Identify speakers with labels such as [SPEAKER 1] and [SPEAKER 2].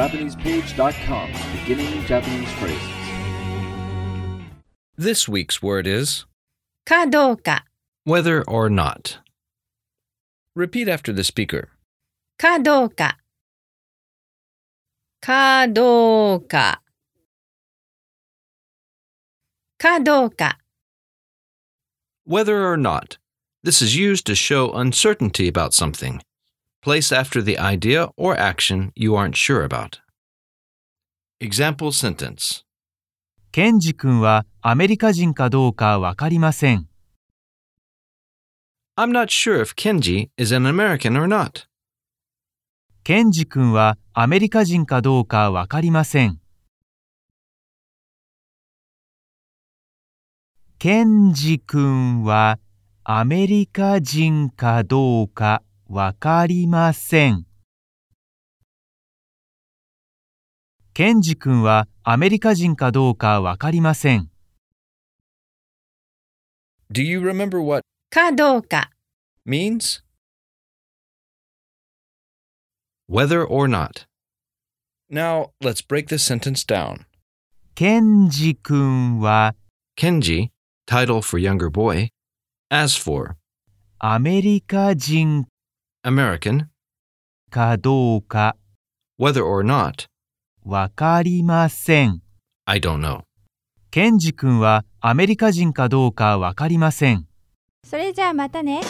[SPEAKER 1] JapanesePage.com, beginning Japanese phrases.
[SPEAKER 2] This week's word is
[SPEAKER 3] かどうか、
[SPEAKER 2] whether or not. Repeat after the speaker.
[SPEAKER 3] かどうか。かどうか。かどうか、
[SPEAKER 2] Whether or not. This is used to show uncertainty about something. Place after the idea or action you aren't sure about. Example sentence
[SPEAKER 4] ケンジ君はアメリカ人かどうかわかりません。
[SPEAKER 2] I'm not sure if Kenji is an American or not.
[SPEAKER 4] ケンジ君はアメリカ人かどうかわかりません。ケンジ君はアメリカ人かどうかわかりません。ケンジ君はアメリカ人かどうかわかりません。
[SPEAKER 2] Do you remember what
[SPEAKER 3] かどうか、
[SPEAKER 2] means? Whether or not. Now, let's break this sentence down.
[SPEAKER 4] ケンジ君は
[SPEAKER 2] Kenji, title for younger boy. As for
[SPEAKER 4] アメリカ人
[SPEAKER 2] American,
[SPEAKER 4] かどうか
[SPEAKER 2] whether or not,
[SPEAKER 4] わかりません。
[SPEAKER 2] I don't know.
[SPEAKER 4] ケンジ君はアメリカ人かどうかわかりません。
[SPEAKER 5] それじゃあまたね。